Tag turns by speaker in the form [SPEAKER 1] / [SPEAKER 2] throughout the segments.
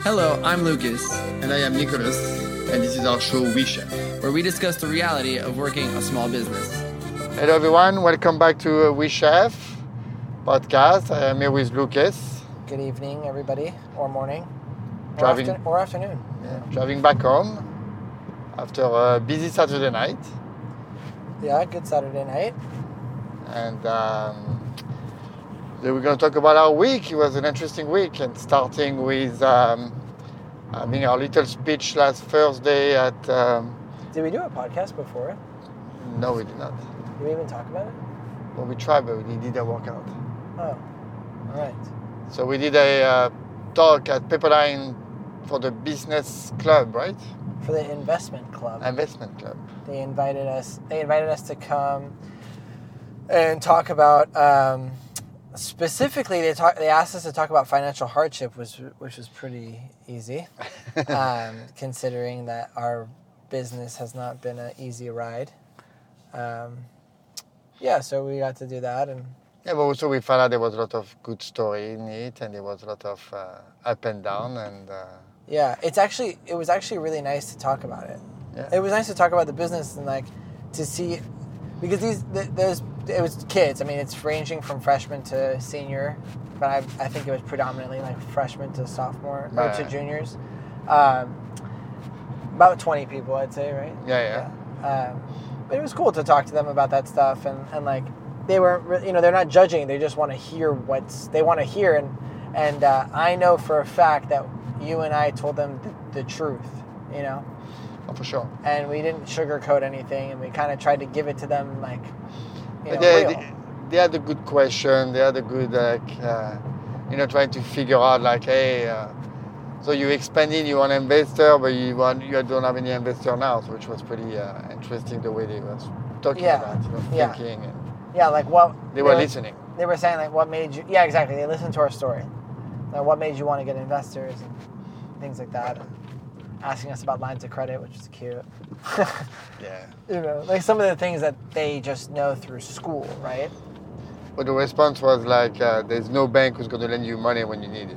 [SPEAKER 1] Hello, I'm Lucas,
[SPEAKER 2] And I am Nicholas, and this is our show Wish.
[SPEAKER 1] where we discuss the reality of working a small business.
[SPEAKER 2] Hello, everyone. Welcome back to uh, Wish Chef podcast. I am here with Lucas,
[SPEAKER 3] Good evening, everybody, or morning, or,
[SPEAKER 2] Driving.
[SPEAKER 3] after- or afternoon.
[SPEAKER 2] driving back home after a busy Saturday night.
[SPEAKER 3] Yeah, good Saturday night.
[SPEAKER 2] And um, then we're going to talk about our week. It was an interesting week, and starting with um, having our little speech last Thursday at. Um,
[SPEAKER 3] Did we do a podcast before?
[SPEAKER 2] no, we did not.
[SPEAKER 3] Did we even talk about it?
[SPEAKER 2] Well, we tried, but it didn't work out.
[SPEAKER 3] Oh, all right.
[SPEAKER 2] So we did a uh, talk at Pepperline for the business club, right?
[SPEAKER 3] For the investment club,
[SPEAKER 2] Investment club.
[SPEAKER 3] they invited us. They invited us to come and talk about. Um, specifically, they talk. They asked us to talk about financial hardship, which which was pretty easy, um, considering that our business has not been an easy ride. Um, yeah, so we got to do that and.
[SPEAKER 2] Yeah, but also we found out there was a lot of good story in it, and there was a lot of uh, up and down, and uh,
[SPEAKER 3] Yeah, it's actually it was actually really nice to talk about it.
[SPEAKER 2] Yeah.
[SPEAKER 3] It was nice to talk about the business and like to see because these th- those it was kids. I mean, it's ranging from freshman to senior, but I, I think it was predominantly like freshman to sophomore or to
[SPEAKER 2] Right.
[SPEAKER 3] juniors. Um, about twenty people, I'd say, right?
[SPEAKER 2] yeah, yeah,
[SPEAKER 3] Um, but it was cool to talk to them about that stuff and, and like they weren't re- you know they're not judging they just want to hear what's they want to hear and and uh, I know for a fact that you and I told them the, the truth you know
[SPEAKER 2] oh, for sure.
[SPEAKER 3] and we didn't sugarcoat anything and we kind of tried to give it to them like you know
[SPEAKER 2] But they,
[SPEAKER 3] real.
[SPEAKER 2] they, they had a good question. They had a good like, uh, you know, trying to figure out like, hey, uh, so you expanding, you want investor, but you want you don't have any investor now, which was pretty uh, interesting the way they were talking
[SPEAKER 3] Yeah.
[SPEAKER 2] about, you know,
[SPEAKER 3] Yeah.
[SPEAKER 2] thinking, and
[SPEAKER 3] yeah like what
[SPEAKER 2] they were listening.
[SPEAKER 3] they were saying like what made you yeah exactly they listened to our story like what made you want to get investors and things like that asking us about lines of credit which is cute
[SPEAKER 2] Yeah.
[SPEAKER 3] you know, like some of the things that they just know through school, right?
[SPEAKER 2] But the response was like, uh, there's no bank who's going to lend you money when you need it.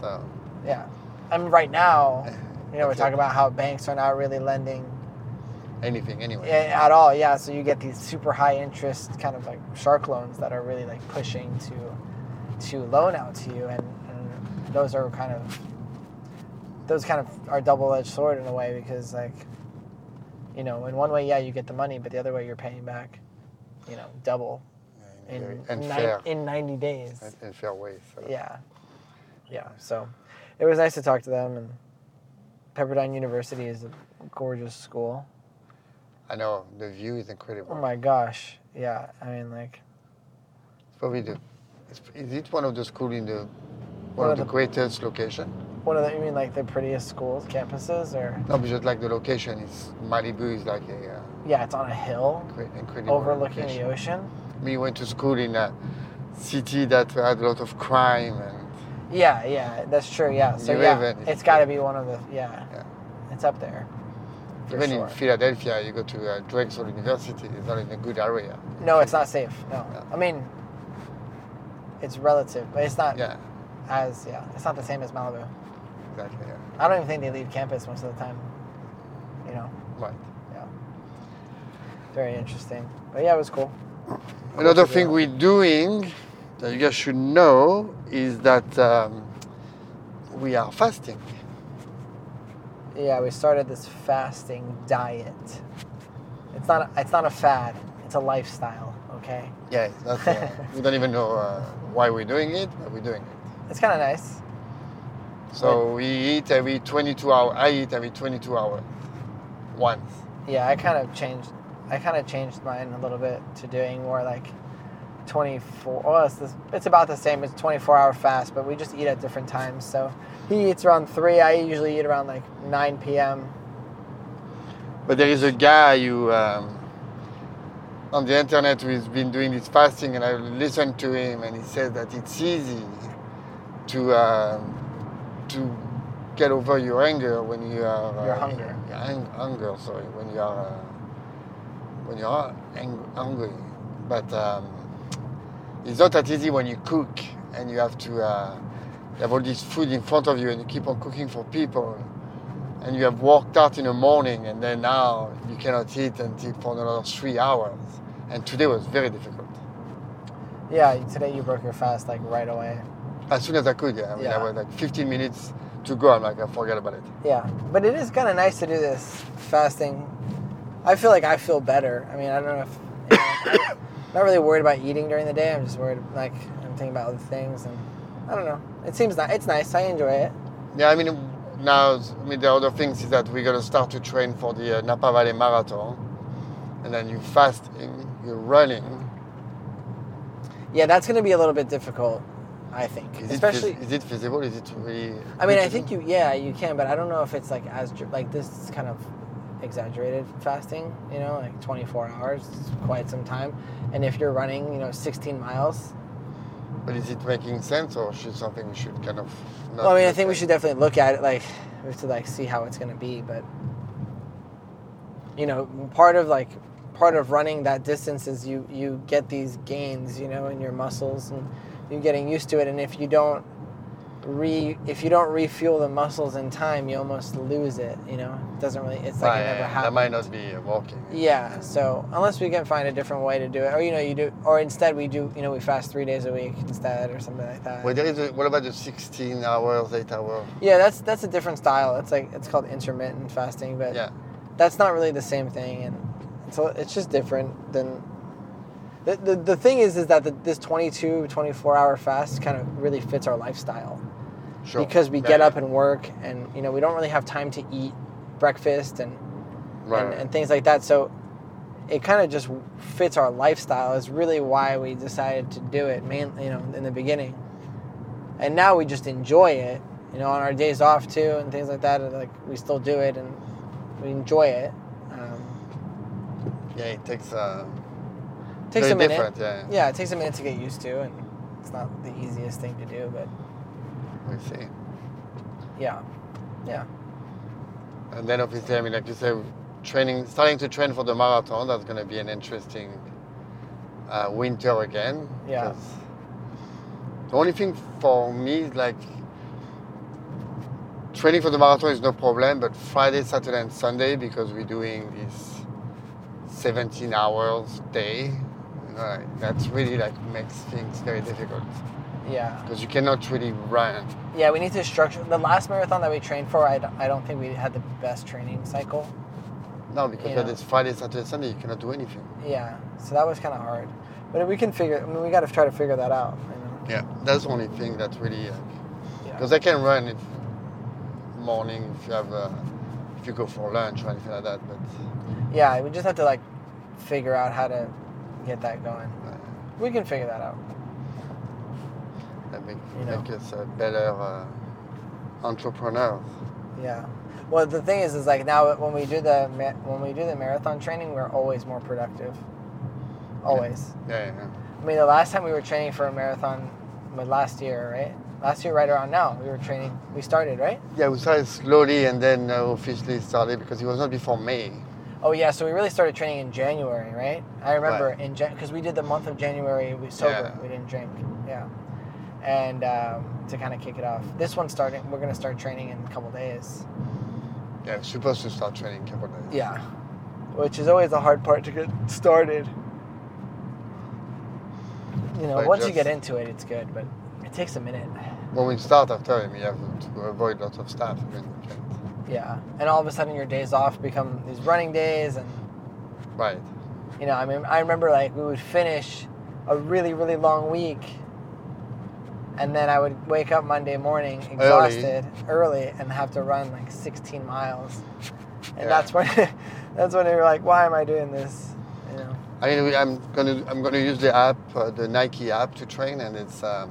[SPEAKER 2] So,
[SPEAKER 3] Yeah. I mean, right now, you know, we're
[SPEAKER 2] Okay.
[SPEAKER 3] talking about how banks are not really lending
[SPEAKER 2] anything, anyway.
[SPEAKER 3] yeah, at all. Yeah, so you get these super high interest kind of like shark loans that are really like pushing to to loan out to you, and, and those are kind of those kind of are double edged sword in a way because like you know, in one way, yeah, you get the money, but the other way, you're paying back, you know, double in
[SPEAKER 2] Very
[SPEAKER 3] nine-
[SPEAKER 2] unfair.
[SPEAKER 3] in ninety days.
[SPEAKER 2] And in fair way. So.
[SPEAKER 3] Yeah. Yeah. So it was nice to talk to them and Pepperdine University is a gorgeous school.
[SPEAKER 2] I know, the view is
[SPEAKER 3] Oh
[SPEAKER 2] incredible.
[SPEAKER 3] my gosh. Yeah. I mean like
[SPEAKER 2] It's probably the, it's, is it one of the school in the, one
[SPEAKER 3] One
[SPEAKER 2] of
[SPEAKER 3] of
[SPEAKER 2] the
[SPEAKER 3] the-
[SPEAKER 2] greatest location?
[SPEAKER 3] one of the you mean like the prettiest schools, campuses or
[SPEAKER 2] No, because like the location is, Malibu is like a uh,
[SPEAKER 3] yeah, it's on a hill
[SPEAKER 2] great, incredible
[SPEAKER 3] overlooking
[SPEAKER 2] location.
[SPEAKER 3] the ocean.
[SPEAKER 2] Me went to school in a city that had a lot of crime and
[SPEAKER 3] Yeah, yeah, that's true, yeah. So
[SPEAKER 2] You
[SPEAKER 3] yeah,
[SPEAKER 2] live in-
[SPEAKER 3] it's gotta be one of the yeah.
[SPEAKER 2] Yeah.
[SPEAKER 3] It's up there. For
[SPEAKER 2] even
[SPEAKER 3] sure.
[SPEAKER 2] in Philadelphia, you go to uh, Drexel University, it's not in a good area.
[SPEAKER 3] No, it's not safe. No.
[SPEAKER 2] Yeah.
[SPEAKER 3] I mean it's relative, but it's not
[SPEAKER 2] Yeah,
[SPEAKER 3] as yeah, it's not the same as Malibu.
[SPEAKER 2] exactly. Yeah.
[SPEAKER 3] I don't even think they leave campus most of the time. You know,
[SPEAKER 2] Right.
[SPEAKER 3] very interesting. But yeah, it was cool.
[SPEAKER 2] Another
[SPEAKER 3] Culture
[SPEAKER 2] thing we're doing that you guys should know is that um, we are fasting.
[SPEAKER 3] Yeah, we started this fasting diet. It's not a, it's not a fad. It's a lifestyle. Okay,
[SPEAKER 2] Yeah, that's, uh, we don't even know uh, why we're doing it, but we're doing it.
[SPEAKER 3] it's kind of nice.
[SPEAKER 2] So we eat every 22 hours. I eat every 22 hours once.
[SPEAKER 3] Yeah, I kind of changed. I kind of changed mine a little bit to doing more like 24. Well, it's, this, it's about the same. It's 24 hour fast, but we just eat at different times. So he eats around three. I usually eat around like 9 p.m.
[SPEAKER 2] But there is a guy who um, on the internet who's been doing this fasting, and I listened to him, and he says that it's easy to um, to get over your anger when you are uh,
[SPEAKER 3] Your hunger.
[SPEAKER 2] your hung- hunger, sorry, when you are uh, when you are ang- hungry. But um, it's not that easy when you cook and you have to uh, you have all this food in front of you and you keep on cooking for people and you have worked out in the morning and then now you cannot eat until for another three hours and today was very difficult
[SPEAKER 3] Yeah, today you broke your fast like right away.
[SPEAKER 2] as soon as i could yeah i mean i
[SPEAKER 3] Yeah.
[SPEAKER 2] was like 15 minutes to go i'm like i forget about it
[SPEAKER 3] Yeah, but it is kind of nice to do this fasting. I feel like I feel better. I mean, I don't know if you know, I'm not really worried about eating during the day. I'm just worried like I'm thinking about other things, and I don't know. It seems ni- it's nice. I enjoy it.
[SPEAKER 2] yeah i mean now i mean the other things is that we're going to start to train for the uh, napa valley marathon and then you're fasting you're running
[SPEAKER 3] Yeah, that's going to be a little bit difficult, I think.
[SPEAKER 2] is,
[SPEAKER 3] Especially,
[SPEAKER 2] it, feas- is it feasible is it really
[SPEAKER 3] I mean, I
[SPEAKER 2] reachable?
[SPEAKER 3] think you, yeah, you can, but I don't know if it's like as dr- like this is kind of exaggerated fasting. You know, like 24 hours, is quite some time, and if you're running, you know, 16 miles,
[SPEAKER 2] But is it making sense, or should something we should kind of? Not
[SPEAKER 3] Well, I mean, I
[SPEAKER 2] look
[SPEAKER 3] think we
[SPEAKER 2] at?
[SPEAKER 3] should definitely look at it. Like, we have to like see how it's going to be. But you know, part of like part of running that distance is you you get these gains, you know, in your muscles, and you're getting used to it. And if you don't re if you don't refuel the muscles in time, you almost lose it. You know, it doesn't really. It's like
[SPEAKER 2] Right,
[SPEAKER 3] it never
[SPEAKER 2] that
[SPEAKER 3] happens.
[SPEAKER 2] might not be uh, working.
[SPEAKER 3] Yeah. So unless we can find a different way to do it, or you know, you do, or instead we do, you know, we fast three days a week instead, or something like that.
[SPEAKER 2] Well, there is a, what about the 16 hours, 8 hours?
[SPEAKER 3] Yeah, that's that's a different style. It's like it's called intermittent fasting, but
[SPEAKER 2] Yeah.
[SPEAKER 3] that's not really the same thing, and so it's just different than. The, the, the thing is is that the, this 22 24 hour fast kind of really fits our lifestyle
[SPEAKER 2] Sure.
[SPEAKER 3] because we
[SPEAKER 2] Yeah,
[SPEAKER 3] get
[SPEAKER 2] yeah.
[SPEAKER 3] up and work and you know we don't really have time to eat breakfast and
[SPEAKER 2] Right.
[SPEAKER 3] and, and things like that so it kind of just fits our lifestyle is really why we decided to do it mainly you know in the beginning and now we just enjoy it you know on our days off too and things like that and, like we still do it and we enjoy it um,
[SPEAKER 2] yeah, it takes. Uh,
[SPEAKER 3] it takes
[SPEAKER 2] very
[SPEAKER 3] a minute
[SPEAKER 2] different. Yeah.
[SPEAKER 3] yeah it takes a minute to get used to and it's not the easiest thing to do but
[SPEAKER 2] We see.
[SPEAKER 3] yeah
[SPEAKER 2] And then obviously, I mean, like you said, training, starting to train for the marathon. That's going to be an interesting uh, winter again.
[SPEAKER 3] Yeah.
[SPEAKER 2] 'cause The only thing for me is like training for the marathon is no problem, but Friday, Saturday, and Sunday because we're doing this 17 hours day. you know, like, That's really like makes things very difficult
[SPEAKER 3] yeah
[SPEAKER 2] because you cannot really run.
[SPEAKER 3] Yeah, we need to structure. The last marathon that we trained for, I, d- I don't think we had the best training cycle.
[SPEAKER 2] No, because
[SPEAKER 3] Yeah.
[SPEAKER 2] when it's Friday, Saturday, Sunday, you cannot do anything.
[SPEAKER 3] Yeah, so that was kind of hard. But we can figure. I mean, we got to try to figure that out. You know?
[SPEAKER 2] Yeah, that's the only thing that really. Uh,
[SPEAKER 3] Yeah.
[SPEAKER 2] Because I can run if morning if you have uh, if you go for lunch or anything like that. But
[SPEAKER 3] yeah, we just have to like figure out how to get that going.
[SPEAKER 2] uh,
[SPEAKER 3] We can figure that out.
[SPEAKER 2] that make,
[SPEAKER 3] You know.
[SPEAKER 2] make us a better uh, entrepreneur.
[SPEAKER 3] Yeah. Well, the thing is, is like now when we do the ma- when we do the marathon training, we're always more productive. Always.
[SPEAKER 2] Yeah, yeah,
[SPEAKER 3] I mean, the last time we were training for a marathon, was last year, right? Last year, right around now, we were training. We started, right?
[SPEAKER 2] yeah. We started slowly and then uh, officially started because it was not before May.
[SPEAKER 3] Oh yeah, so we really started training in January, right? I remember in Jan because we did the month of January we sober,
[SPEAKER 2] Yeah.
[SPEAKER 3] we didn't drink, yeah, and um, to kind of kick it off. This one's starting. We're gonna start training in a couple days.
[SPEAKER 2] Yeah, we're supposed to start training a couple days.
[SPEAKER 3] Yeah, which is always the hard part to get started. You know,
[SPEAKER 2] But
[SPEAKER 3] once you
[SPEAKER 2] just-
[SPEAKER 3] get into it, it's good, but it takes a minute.
[SPEAKER 2] When we start after him, you have to avoid lots of stuff. I mean, you can't-
[SPEAKER 3] Yeah, and all of a sudden your days off become these running days and.
[SPEAKER 2] Right.
[SPEAKER 3] You know, I mean, I remember like we would finish a really, really long week, and then I would wake up Monday morning exhausted early, and have to run like 16 miles,
[SPEAKER 2] Yeah.
[SPEAKER 3] and that's when that's when you're like, why am I doing this? You know?
[SPEAKER 2] I mean, we, I'm gonna I'm gonna use the app, uh, the Nike app, to train, and it's um.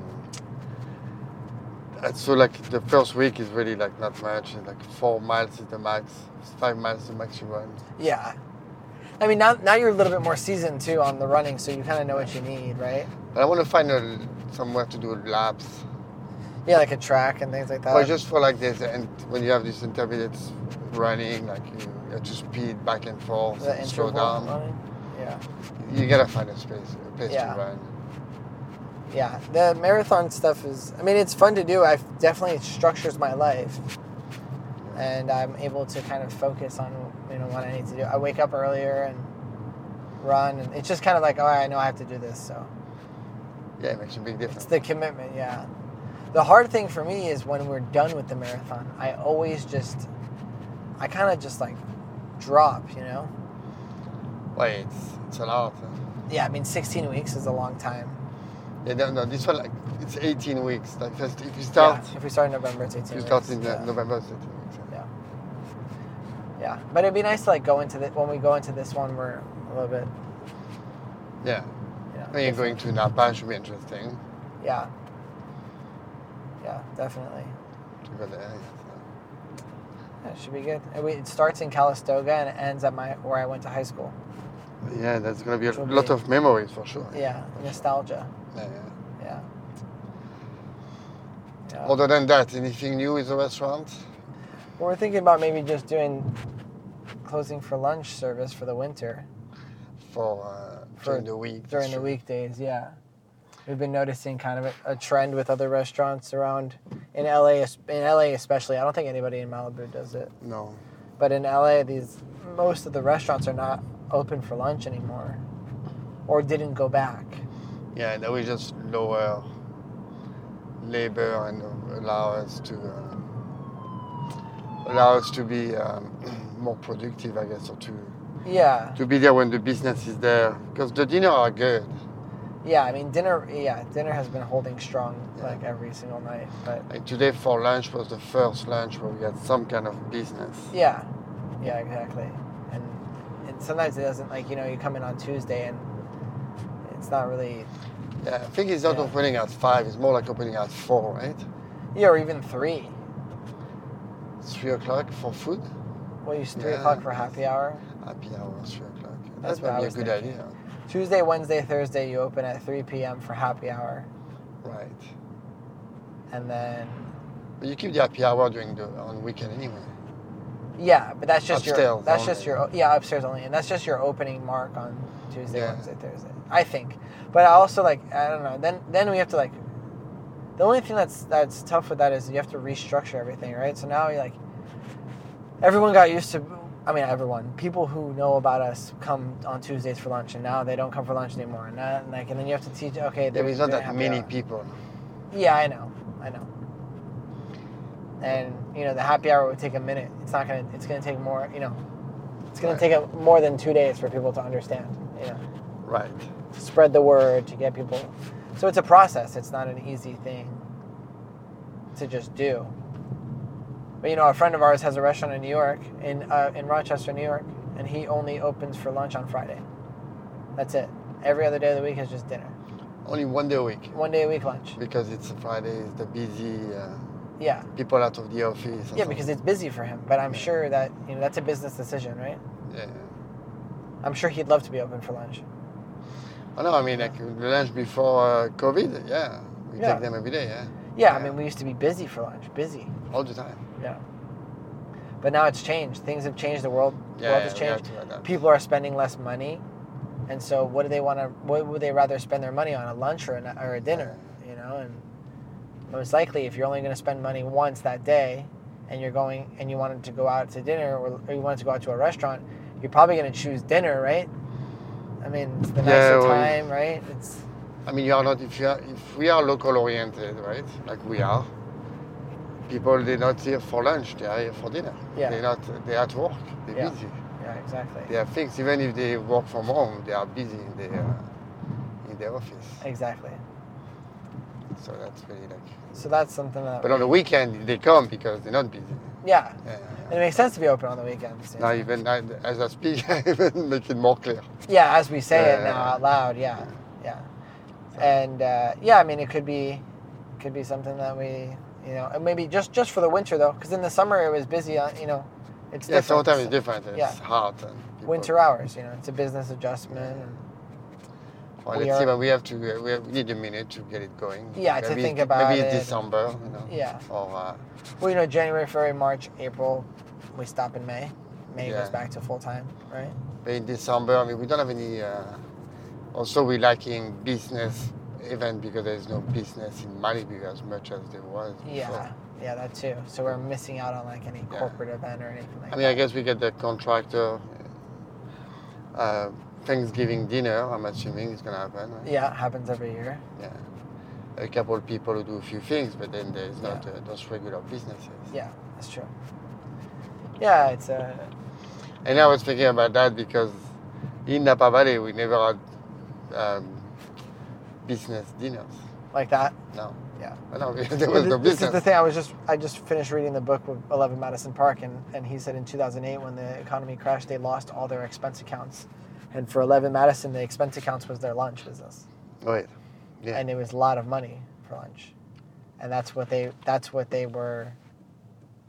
[SPEAKER 2] uh, So like the first week is really like not much. It's like four miles is the max. It's five miles the max you run.
[SPEAKER 3] Yeah. I mean, now now you're a little bit more seasoned too on the running, so you kind of know what you need, right?
[SPEAKER 2] But I want to find a, somewhere to do laps,
[SPEAKER 3] Yeah, like a track and things like that.
[SPEAKER 2] or just for like this. And when you have this intermediate running, like you have to speed back and forth,
[SPEAKER 3] the
[SPEAKER 2] and slow
[SPEAKER 3] interval
[SPEAKER 2] down.
[SPEAKER 3] running. Yeah.
[SPEAKER 2] You gotta find a space, a place
[SPEAKER 3] Yeah.
[SPEAKER 2] to run.
[SPEAKER 3] yeah, the marathon stuff is. I mean, it's fun to do. I definitely it structures my life, and I'm able to kind of focus on you know what I need to do. I wake up earlier and run, and it's just kind of like, all right, I know I have to do this, so
[SPEAKER 2] Yeah, it makes a big
[SPEAKER 3] it's
[SPEAKER 2] difference.
[SPEAKER 3] the commitment. Yeah, the hard thing for me is when we're done with the marathon. I always just, I kind of just like drop, you know.
[SPEAKER 2] Wait, it's, it's a lot. huh?
[SPEAKER 3] Yeah, I mean, 16 weeks is a long time.
[SPEAKER 2] Yeah, no, no, this one like it's 18 weeks. Like first, if you start,
[SPEAKER 3] Yeah, if we start in November, it's 18.
[SPEAKER 2] you start
[SPEAKER 3] weeks,
[SPEAKER 2] in
[SPEAKER 3] yeah.
[SPEAKER 2] uh November. it's 18 weeks.
[SPEAKER 3] Yeah, but it'd be nice to like go into the when we go into this one, we're a little bit,
[SPEAKER 2] Yeah,
[SPEAKER 3] you know.
[SPEAKER 2] I think going to Napa should be interesting.
[SPEAKER 3] Yeah. Yeah, definitely.
[SPEAKER 2] To go there. it's,
[SPEAKER 3] Yeah, it should be good. And we, it starts in Calistoga and it ends at my where I went to high school.
[SPEAKER 2] uh, Yeah, that's gonna be a
[SPEAKER 3] It will
[SPEAKER 2] lot
[SPEAKER 3] be.
[SPEAKER 2] of memories for sure.
[SPEAKER 3] Yeah, nostalgia.
[SPEAKER 2] Yeah, yeah.
[SPEAKER 3] Yeah. yeah.
[SPEAKER 2] Other than that, anything new with the restaurant?
[SPEAKER 3] Well, we're thinking about maybe just doing closing for lunch service for the winter
[SPEAKER 2] for, uh,
[SPEAKER 3] For-
[SPEAKER 2] during the week.
[SPEAKER 3] during the
[SPEAKER 2] Sure.
[SPEAKER 3] weekdays. Yeah. We've been noticing kind of a, a trend with other restaurants around in LA, es- in LA especially. I don't think anybody in Malibu does it.
[SPEAKER 2] No.
[SPEAKER 3] But in LA, these most of the restaurants are not open for lunch anymore, or didn't go back.
[SPEAKER 2] Yeah, that we just lower labor and allow us to uh, allow us to be um, more productive, I guess, or to
[SPEAKER 3] Yeah,
[SPEAKER 2] to be there when the business is there. Because the dinner are good.
[SPEAKER 3] yeah. I mean, dinner. Yeah, dinner has been holding strong
[SPEAKER 2] Yeah.
[SPEAKER 3] like every single night. But
[SPEAKER 2] Like today for lunch was the first lunch where we had some kind of business.
[SPEAKER 3] yeah, yeah, exactly. And and sometimes it doesn't like you know you come in on Tuesday and it's not really
[SPEAKER 2] Yeah, I think it's not
[SPEAKER 3] Yeah.
[SPEAKER 2] opening at five. It's more like opening at four, right?
[SPEAKER 3] yeah or even three.
[SPEAKER 2] Three o'clock for food.
[SPEAKER 3] Well, you three
[SPEAKER 2] Yeah.
[SPEAKER 3] o'clock for happy hour.
[SPEAKER 2] Happy hour, three o'clock.
[SPEAKER 3] That's
[SPEAKER 2] That
[SPEAKER 3] what I
[SPEAKER 2] might be a
[SPEAKER 3] was
[SPEAKER 2] good
[SPEAKER 3] thinking.
[SPEAKER 2] idea,
[SPEAKER 3] Tuesday, Wednesday, Thursday, you open at three p.m. for happy hour,
[SPEAKER 2] right?
[SPEAKER 3] and then
[SPEAKER 2] But you keep the happy hour during the on weekend anyway.
[SPEAKER 3] Yeah, but that's just your
[SPEAKER 2] Upstairs
[SPEAKER 3] that's just
[SPEAKER 2] only.
[SPEAKER 3] your yeah upstairs only, and that's just your opening mark on Tuesday,
[SPEAKER 2] Yeah.
[SPEAKER 3] Wednesday, Thursday. I think, but I also like I don't know. Then then we have to like the only thing that's that's tough with that is you have to restructure everything, right? So now you like everyone got used to. I mean, everyone. People who know about us come on Tuesdays for lunch, and now they don't come for lunch anymore. And, now, like, and then you have to teach. Okay,
[SPEAKER 2] There
[SPEAKER 3] they're-
[SPEAKER 2] is not
[SPEAKER 3] they're
[SPEAKER 2] that
[SPEAKER 3] happy
[SPEAKER 2] many
[SPEAKER 3] hour.
[SPEAKER 2] people.
[SPEAKER 3] Yeah, I know. I know. And you know, the happy hour would take a minute. It's not gonna. It's gonna take more. You know, it's gonna
[SPEAKER 2] Right.
[SPEAKER 3] take a, more than two days for people to understand. You know,
[SPEAKER 2] Right.
[SPEAKER 3] to spread the word to get people. So it's a process. It's not an easy thing to just do. But you know, a friend of ours has a restaurant in New York, in uh, in Rochester, New York, and he only opens for lunch on Friday. That's it. Every other day of the week is just dinner.
[SPEAKER 2] Only one day a week
[SPEAKER 3] One day a week lunch.
[SPEAKER 2] because it's a Friday. It's the busy uh,
[SPEAKER 3] Yeah.
[SPEAKER 2] people out of the office. and
[SPEAKER 3] Yeah,
[SPEAKER 2] so-
[SPEAKER 3] because it's busy for him. But I'm
[SPEAKER 2] Yeah.
[SPEAKER 3] sure that you know that's a business decision, right?
[SPEAKER 2] yeah.
[SPEAKER 3] I'm sure he'd love to be open for lunch.
[SPEAKER 2] I know. I mean, like lunch before uh, COVID. Yeah, we
[SPEAKER 3] Yeah.
[SPEAKER 2] take them every day. Yeah,
[SPEAKER 3] Yeah, I
[SPEAKER 2] Yeah.
[SPEAKER 3] mean we used to be busy for lunch, busy.
[SPEAKER 2] all the time.
[SPEAKER 3] But now it's changed. Things have changed. The world,
[SPEAKER 2] Yeah,
[SPEAKER 3] world has
[SPEAKER 2] yeah, we have
[SPEAKER 3] changed.
[SPEAKER 2] to adapt.
[SPEAKER 3] People are spending less money, and so what do they want to? What would they rather spend their money on? A lunch or a, or a dinner? You know, and most likely, if you're only going to spend money once that day, and you're going and you wanted to go out to dinner or, or you wanted to go out to a restaurant, you're probably going to choose dinner, right? I mean, it's the
[SPEAKER 2] Yeah,
[SPEAKER 3] nicer
[SPEAKER 2] well,
[SPEAKER 3] time, right? It's
[SPEAKER 2] I mean, you are not if you are, if we are local oriented, right? Like we are. People they're not here for lunch. They are here for dinner.
[SPEAKER 3] Yeah.
[SPEAKER 2] They're not. They're at work. They're
[SPEAKER 3] Yeah.
[SPEAKER 2] busy.
[SPEAKER 3] Yeah, exactly.
[SPEAKER 2] They have things. Even if they work from home, they are busy in their uh, in their office.
[SPEAKER 3] Exactly.
[SPEAKER 2] So that's really like.
[SPEAKER 3] So that's something that.
[SPEAKER 2] But on the weekend they come because they're not busy.
[SPEAKER 3] yeah,
[SPEAKER 2] Yeah.
[SPEAKER 3] and it makes sense to be open on the weekends. you
[SPEAKER 2] Now
[SPEAKER 3] know?
[SPEAKER 2] even I, as I speak, I even make it more clear.
[SPEAKER 3] yeah, as we say it
[SPEAKER 2] Yeah.
[SPEAKER 3] now out loud. Yeah, yeah, and uh, yeah, I mean it could be, could be something that we, you know, and maybe just just for the winter though, because in the summer it was busy. On you know, it's
[SPEAKER 2] yeah,
[SPEAKER 3] different.
[SPEAKER 2] sometimes it's different. It's
[SPEAKER 3] yeah.
[SPEAKER 2] hard. And people-
[SPEAKER 3] Winter hours, you know, it's a business adjustment. and-
[SPEAKER 2] Well,
[SPEAKER 3] we
[SPEAKER 2] let's see,
[SPEAKER 3] are-
[SPEAKER 2] but we have to. Uh, we, have, we need a minute to get it going.
[SPEAKER 3] Yeah, to
[SPEAKER 2] maybe
[SPEAKER 3] think
[SPEAKER 2] it-
[SPEAKER 3] about
[SPEAKER 2] Maybe
[SPEAKER 3] it.
[SPEAKER 2] it's December. You know,
[SPEAKER 3] Yeah.
[SPEAKER 2] Or uh,
[SPEAKER 3] Well, you know, January, February, March, April, we stop in May. May
[SPEAKER 2] Yeah.
[SPEAKER 3] goes back to full time, right?
[SPEAKER 2] but in December, I mean, we don't have any. Uh, also, we're lacking business event because there's no business in Malibu as much as there was.
[SPEAKER 3] Yeah,
[SPEAKER 2] before.
[SPEAKER 3] yeah, that too. So we're missing out on like any corporate event or anything like
[SPEAKER 2] I mean, I guess we get the contractor uh, Thanksgiving dinner. I'm assuming it's gonna happen.
[SPEAKER 3] that.
[SPEAKER 2] Right?
[SPEAKER 3] Yeah, it happens every year.
[SPEAKER 2] Yeah. A couple of people who do a few things, but then there's not
[SPEAKER 3] Yeah.
[SPEAKER 2] uh, those regular businesses.
[SPEAKER 3] Yeah, that's true. Yeah, it's uh, a
[SPEAKER 2] And I was thinking about that because in Napa Valley we never had um, business dinners.
[SPEAKER 3] like that.
[SPEAKER 2] No.
[SPEAKER 3] Yeah.
[SPEAKER 2] Well, no, there
[SPEAKER 3] Well,
[SPEAKER 2] was
[SPEAKER 3] th-
[SPEAKER 2] no
[SPEAKER 3] this
[SPEAKER 2] business.
[SPEAKER 3] is the thing. I was just I just finished reading the book with Eleven Madison Park, and, and he said in 2008 when the economy crashed, they lost all their expense accounts, and for Eleven Madison, the expense accounts was their lunch business,
[SPEAKER 2] Wait. Yeah.
[SPEAKER 3] and it was a lot of money for lunch, and that's what they that's what they were,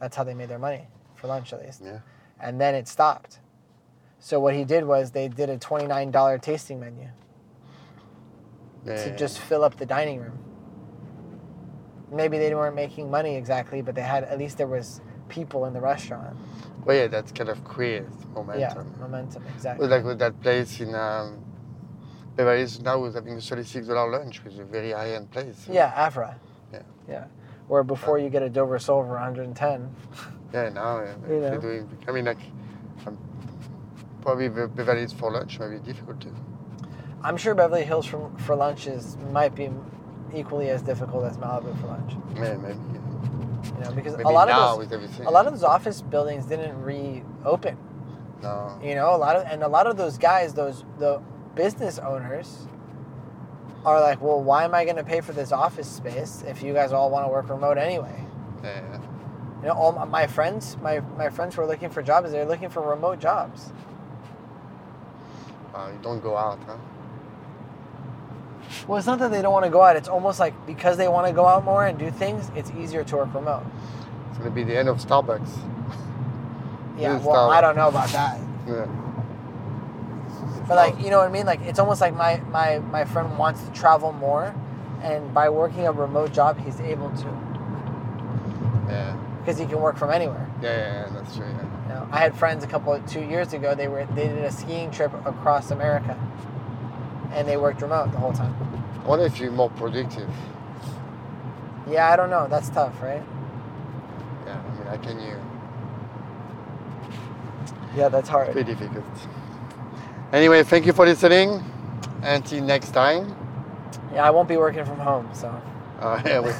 [SPEAKER 3] that's how they made their money for lunch at least,
[SPEAKER 2] Yeah.
[SPEAKER 3] and then it stopped. So what he did was they did a twenty nine dollar tasting menu
[SPEAKER 2] Yeah,
[SPEAKER 3] to
[SPEAKER 2] yeah,
[SPEAKER 3] just fill up the dining room. Maybe they weren't making money exactly, but they had at least there was people in the restaurant.
[SPEAKER 2] yeah. Well, yeah, that's kind of queer momentum.
[SPEAKER 3] Yeah, momentum exactly.
[SPEAKER 2] Well, Like with that place in um, Beverly Hills now was having a thirty-six dollar lunch, which is a very high-end place.
[SPEAKER 3] yeah, Avra.
[SPEAKER 2] Yeah.
[SPEAKER 3] yeah. Where before you get a Dover Soul for 110,
[SPEAKER 2] Yeah. Now uh, they're
[SPEAKER 3] You know.
[SPEAKER 2] doing. I mean, like, um, probably Be- Beverly Hills for lunch might be difficult too.
[SPEAKER 3] I'm sure Beverly Hills for, for lunch is might be equally as difficult as Malibu for lunch.
[SPEAKER 2] Yeah, maybe. yeah.
[SPEAKER 3] You know, because
[SPEAKER 2] Maybe
[SPEAKER 3] a lot
[SPEAKER 2] now
[SPEAKER 3] of those,
[SPEAKER 2] with everything.
[SPEAKER 3] a lot of those office buildings didn't reopen.
[SPEAKER 2] No.
[SPEAKER 3] You know, a lot of and a lot of those guys, those the business owners are like, well, why am I going to pay for this office space if you guys all want to work remote anyway?
[SPEAKER 2] Yeah.
[SPEAKER 3] You know, all my- my friends, my my friends who are looking for jobs, they're looking for remote jobs.
[SPEAKER 2] Wow, Uh, you don't go out, huh?
[SPEAKER 3] Well, it's not that they don't want to go out. It's almost like because they want to go out more and do things, it's easier to work remote.
[SPEAKER 2] It's gonna be the end of Starbucks.
[SPEAKER 3] Yeah.
[SPEAKER 2] It's
[SPEAKER 3] Well,
[SPEAKER 2] not-
[SPEAKER 3] I don't know about that.
[SPEAKER 2] Yeah.
[SPEAKER 3] But like, you know what I mean? Like, it's almost like my my my friend wants to travel more, and by working a remote job, he's able to
[SPEAKER 2] Yeah.
[SPEAKER 3] because he can work from anywhere.
[SPEAKER 2] Yeah, yeah, yeah, that's true. Yeah.
[SPEAKER 3] You know, I had friends a couple two years ago. They were they did a skiing trip across America, and they worked remote the whole time.
[SPEAKER 2] I wonder if you're more productive.
[SPEAKER 3] Yeah, I don't know. That's tough, right?
[SPEAKER 2] Yeah, I mean, I can you.
[SPEAKER 3] Yeah, that's hard.
[SPEAKER 2] Pretty difficult. Anyway, thank you for listening. Until next time.
[SPEAKER 3] Yeah, I won't be working from home, so.
[SPEAKER 2] Uh, yeah, we-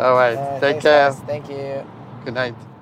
[SPEAKER 2] All right,
[SPEAKER 3] Uh,
[SPEAKER 2] take
[SPEAKER 3] thanks,
[SPEAKER 2] care.
[SPEAKER 3] guys. Thank you.
[SPEAKER 2] Good night.